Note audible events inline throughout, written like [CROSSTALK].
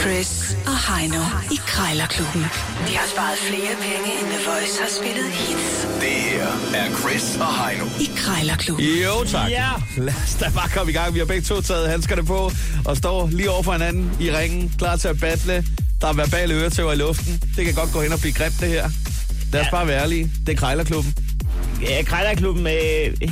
Chris og Heino i Krejlerklubben. De har sparet flere penge, end The Voice har spillet hits Det her er Chris og Heino. i Krejlerklubben. Jo tak. Ja. Lad os da bare komme i gang. Vi har begge to taget handskerne på og står lige over for hinanden i ringen, klar til at battle. Der er verbale øretøver i luften. Det kan godt gå hen og blive grimt, det her. Lad os Ja. bare være ærlige. Det er Krejlerklubben. Øh, Krejlerklubben, øh,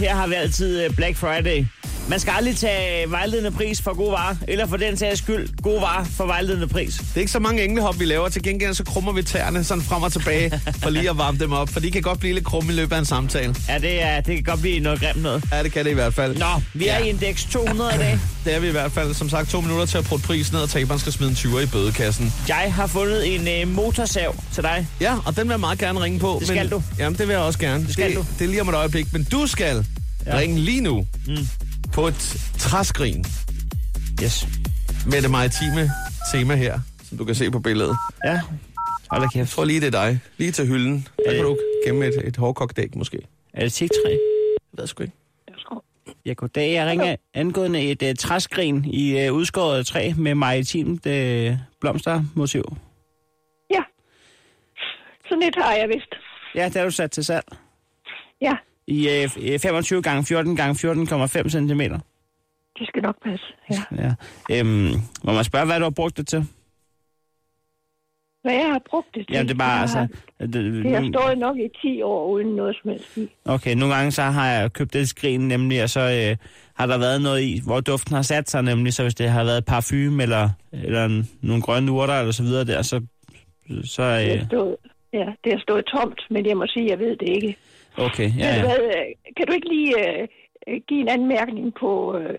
her har vi altid øh, Black Friday. Man skal aldrig tage øh, vejledende pris for gode varer, eller for den sags skyld, gode varer for vejledende pris. Det er ikke så mange englehop, vi laver. Til gengæld så krummer vi tæerne sådan frem og [LAUGHS] tilbage, for lige at varme dem op. For de kan godt blive lidt krumme i løbet af en samtale. Ja, det, er, det kan godt blive noget grimt noget. Ja, det kan det i hvert fald. Nå, vi er Ja. i indeks 200 i dag. Det er vi i hvert fald. Som sagt, to minutter til at putte prisen ned, og taberen skal smide en 20'er i bødekassen. Jeg har fundet en øh, motorsav til dig. Ja, og den vil jeg meget gerne ringe på. Det skal men, du. Jamen, det vil jeg også gerne. Det skal det, du. Det er lige om et øjeblik, men du skal ja. ringe lige nu mm. på et træskrin Yes. med det maritime tema her, som du kan se på billedet. Ja. Hold da Jeg kæft. tror lige, det er dig. Lige til hylden. Der Øh. kan du gemme et, et hårdkogt dæk, måske. Jeg Er det teaktræ? ved sgu ikke. Ja, goddag. Jeg ringer angående et øh, træskrin i øh, udskåret træ med maritimt øh, blomstermotiv. Ja. Sådan et har jeg vist. Ja, det er du sat til salg. Ja, i øh, øh, 25 gange 14 gange 14,5 cm. det skal nok passe. Ja. Ja. Øhm, må man spørge, hvad du har brugt det til? Hvad jeg har brugt det til? Jamen, det er bare, det har, altså... Det, Det har nu- stået nok i 10 år uden noget som helst i. okay, nogle gange så har jeg købt et skrin nemlig, og så øh, har der været noget i, hvor duften har sat sig nemlig, så hvis det har været parfume eller, eller en, nogle grønne urter eller så videre der, så... så Det øh, har stået, ja, det har stået tomt, men jeg må sige, jeg ved det ikke. okay, ja, Ved du ja. Hvad, øh, kan du ikke lige øh, øh, give en anmærkning på, øh,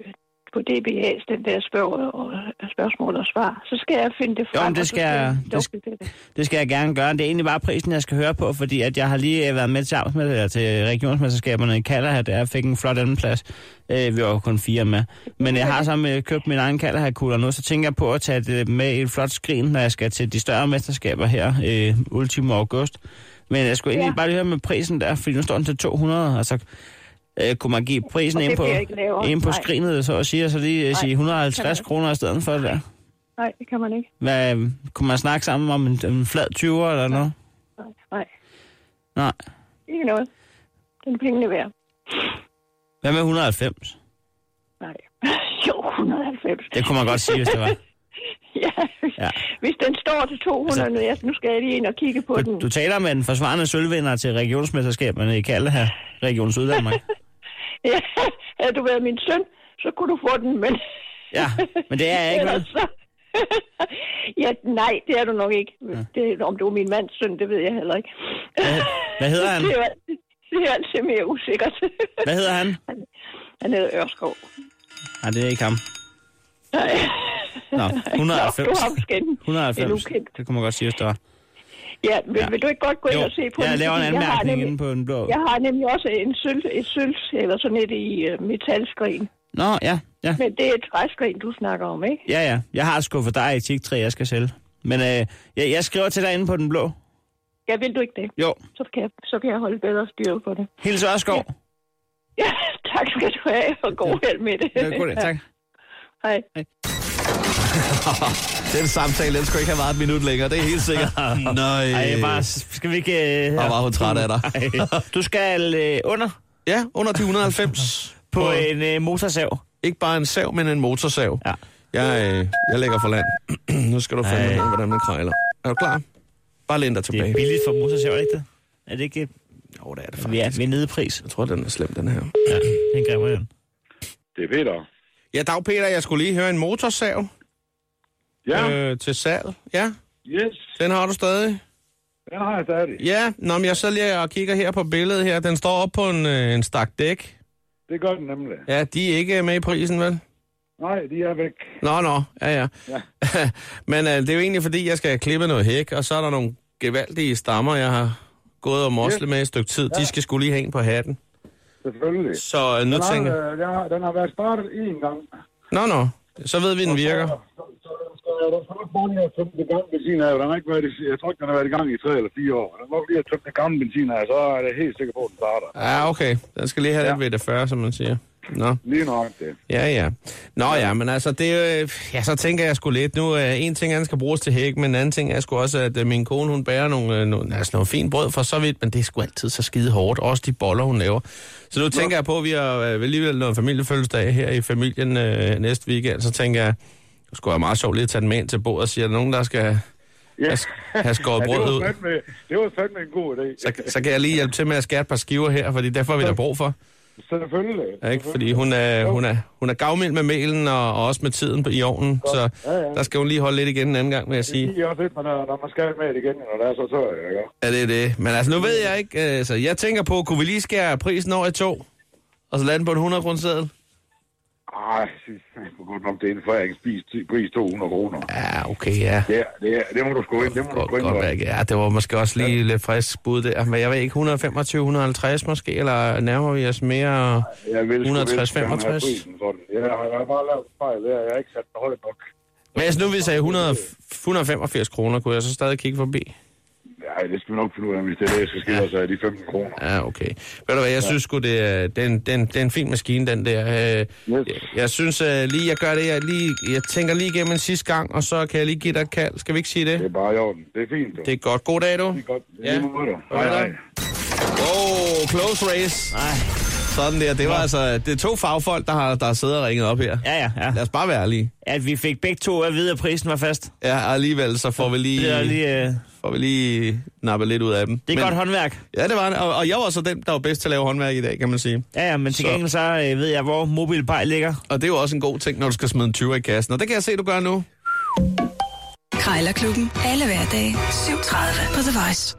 på DBA's, den der spørg og, øh, spørgsmål og svar? Så skal jeg finde det Jo, frem. men det og så skal jeg- vi det sk- lukke det. Det skal jeg gerne gøre. Det er egentlig bare prisen, jeg skal høre på, fordi at jeg har lige øh, været med til, amtsmænd- eller til regionsmesterskaberne i Kalderhat, der fik en flot anden plads. Øh, vi var jo kun fire med. Men jeg har så øh, købt min egen Kalderhat-kugler nu, så tænker jeg på at tage det med i et flot skrin, når jeg skal til de større mesterskaber her øh, ultimo august. Men jeg skulle egentlig Ja. bare lige høre med prisen der, fordi nu står den til 200, og så øh, kunne man give prisen Og det ind på, bliver ikke lavere. ind på Nej. skrinet, så at sige, og så lige øh, sige 150 ikke. kroner i stedet for det der. Nej, det kan man ikke. Hvad, kunne man snakke sammen om en, en flad 20'er eller noget? Nej, nej. Nej. ikke noget. Den er pengene værd. Hvad med 190? Nej. [LAUGHS] Jo, 190. Det kunne man godt sige, hvis det [LAUGHS] var. Ja, hvis, Ja. ja. hvis den står til 200, altså, jeg, nu skal jeg lige ind og kigge på Du, den. du taler med den forsvarende sølvvinder til regionsmesterskaberne i Kalde her, Region Syddanmark. [LAUGHS] Ja, havde du været min søn, så kunne du få den, men... Ja, [LAUGHS] men det er jeg ikke, vel? ellers så... [LAUGHS] ja, nej, det er du nok ikke. Ja. Det, om du er min mands søn, det ved jeg heller ikke. Hvad, hvad hedder han? [LAUGHS] Det er, jo altid, det er altid mere usikkert. [LAUGHS] Hvad hedder han? Han hedder Ørskov. Nej, det er ikke ham. [LAUGHS] Nej. Nå, 190. [LAUGHS] Nå, du har skændt. 190. ukendt. Det kunne man godt sige, hvis det var. Ja, vil, ja, vil du ikke godt gå ind og se på jeg den? laver en Fordi har anmærkning nemlig- inde på en blå. Jeg har nemlig også en sølv, et sølv, eller sådan et i uh, metalskrin. Nå, ja, ja. Men det er et træskrin, du snakker om, ikke? Ja, ja. Jeg har sgu for dig et tigtræ, jeg skal sælge. Men øh, jeg, jeg skriver til dig inde på den blå. Ja, vil du ikke det? Jo. Så kan jeg, så kan jeg holde bedre styr på det. [LAUGHS] Hils Ørskov. Ja, tak skal du have, og god held med det. Ja, goddag. Tak. [LAUGHS] Hej. Den samtale, den skulle ikke have varet et minut længere. Det er helt sikkert. Nej. Ej, bare, skal vi ikke... Øh, Jeg Øh. var hun træt [LAUGHS] af dig. Ej. Du skal øh, under Ja, under de 190. på en øh, motorsav. Ikke bare en sav, men en motorsav. Ja. Jeg, øh, jeg lægger for land. [CLEARS THROAT] nu skal du finde Ej. ud af, hvordan man krejler. Er du klar? Bare læn dig Det er tilbage. billigt for motorsav, er det ikke det? Er det ikke øh, Jo, det er det vi faktisk. er, vi er nede i pris? Jeg tror, den er slem, den her. Ja, den grimmer den. Det er Peter. Ja, dag Peter, jeg skulle lige høre en motorsav Ja, øh. øh, til salg. Ja, yes, den har du stadig. den har jeg stadig. Ja, nå, men jeg sidder lige og kigger her på billedet her. Den står op på en, øh, en stak dæk. Det gør den nemlig. Ja, de er ikke øh, med i prisen, vel? Nej, de er væk. Nå, nå, ja, ja. Ja. [LAUGHS] men øh, det er jo egentlig, fordi jeg skal klippe noget hæk, og så er der nogle gevaldige stammer, jeg har gået og moslet med et stykke tid. De skal skulle lige hænge på hatten. Selvfølgelig. Så øh, nu Den har, tænker jeg... øh, den, har, den har været startet én gang. Nå, nå, så ved vi, den virker. Så, så, så, så er der så mange, jeg har tømt det gamle benzin af. Den har ikke været, i- jeg tror ikke, den har været i gang i tre eller fire år. Den må lige have tømt det gamle benzin af, så er jeg helt sikker på, at den starter. Ja, okay. Den skal lige have Ja. lidt ved det 40, som man siger. Nå. Lige nok det. Ja, ja. Nå ja, men altså, det, øh, ja, så tænker jeg sgu lidt nu. Øh, en ting, han skal bruges til hæk, men en anden ting er sgu også, at øh, min kone, hun bærer nogle, øh, nogle, altså, nogle fint brød for så vidt, men det er sgu altid så skide hårdt. Også de boller, hun laver. Så nu tænker jeg på, at vi har øh, alligevel noget familiefødselsdag her i familien øh, næste weekend, så tænker jeg, det skulle være meget sjovt lige at tage den med ind til bordet og sige, er der nogen, der skal have, have skåret det, brødet ud? var fandme, det var fandme en god idé. Så, så kan jeg lige hjælpe til med at skære et par skiver her, fordi derfor har vi der brug for. Selvfølgelig. Ja, ikke? Fordi hun er, hun er, hun er gavmild med melen og, og også med tiden på, i ovnen, så Ja, ja. der skal hun lige holde lidt igen en anden gang, vil jeg sige. Det er også lidt, man er, når man skal med det igen, når der er så tør, ikke? Ja, det er det. Men altså, nu ved jeg ikke, øh, så jeg tænker på, kunne vi lige skære prisen over i to, og så lande den på en 100 kroner seddel? Ej, jeg må godt nok, det er en foræring spis, pris 200 kroner. Ja, okay, ja. Det, er- det, er- det må du sgu ind, det må du Godt, sgu ind. godt værk. Ja, det var måske også lige lidt frisk bud der, men jeg ved ikke, 125-150 måske, eller nærmer vi os mere? Jeg vil sgu 160, helst gerne have 65. prisen sådan. Jeg har, jeg har bare lavet en fejl der, jeg har ikke sat den højt nok. Men altså, nu hvis jeg sagde 100, 185 kroner, kunne jeg så stadig kigge forbi? Nej, det skal vi nok finde ud af, hvis det er det, jeg skal skille os af de 15 kroner. Ja, okay. Ved du hvad, jeg synes sgu, det er, det, er en, det, er en, det er en fin maskine, den der. Øh, Yes. jeg, jeg synes øh, lige, jeg gør det, jeg, lige, jeg tænker lige igennem en sidste gang, og så kan jeg lige give dig et kald. Skal vi ikke sige det? Det er bare i orden. Det er fint, du. Det er godt. God dag, du. er godt. Ja. Ja. Lige måde, du. Hej, Hej, hej. hej. Oh, close race. Nej, Sådan der. Det var altså det er to fagfolk, der har, der har siddet og ringet op her. ja, ja, Lad ja. os bare være ærlige. At vi fik begge to at vide, at prisen var fast. Ja, og alligevel så får vi lige, Det er, lige, øh, får vi lige nappet lidt ud af dem. det er Men- godt håndværk. Ja, det var det. Og, og jeg var så den, der var bedst til at lave håndværk i dag, kan man sige. Ja, ja, men til Så- gengæld så øh, ved jeg, hvor mobilpej ligger. Og det er jo også en god ting, når du skal smide en 20 i kassen. Og det kan jeg se, du gør nu. Krejlerklubben. Alle hverdage. 7.30 på The Voice.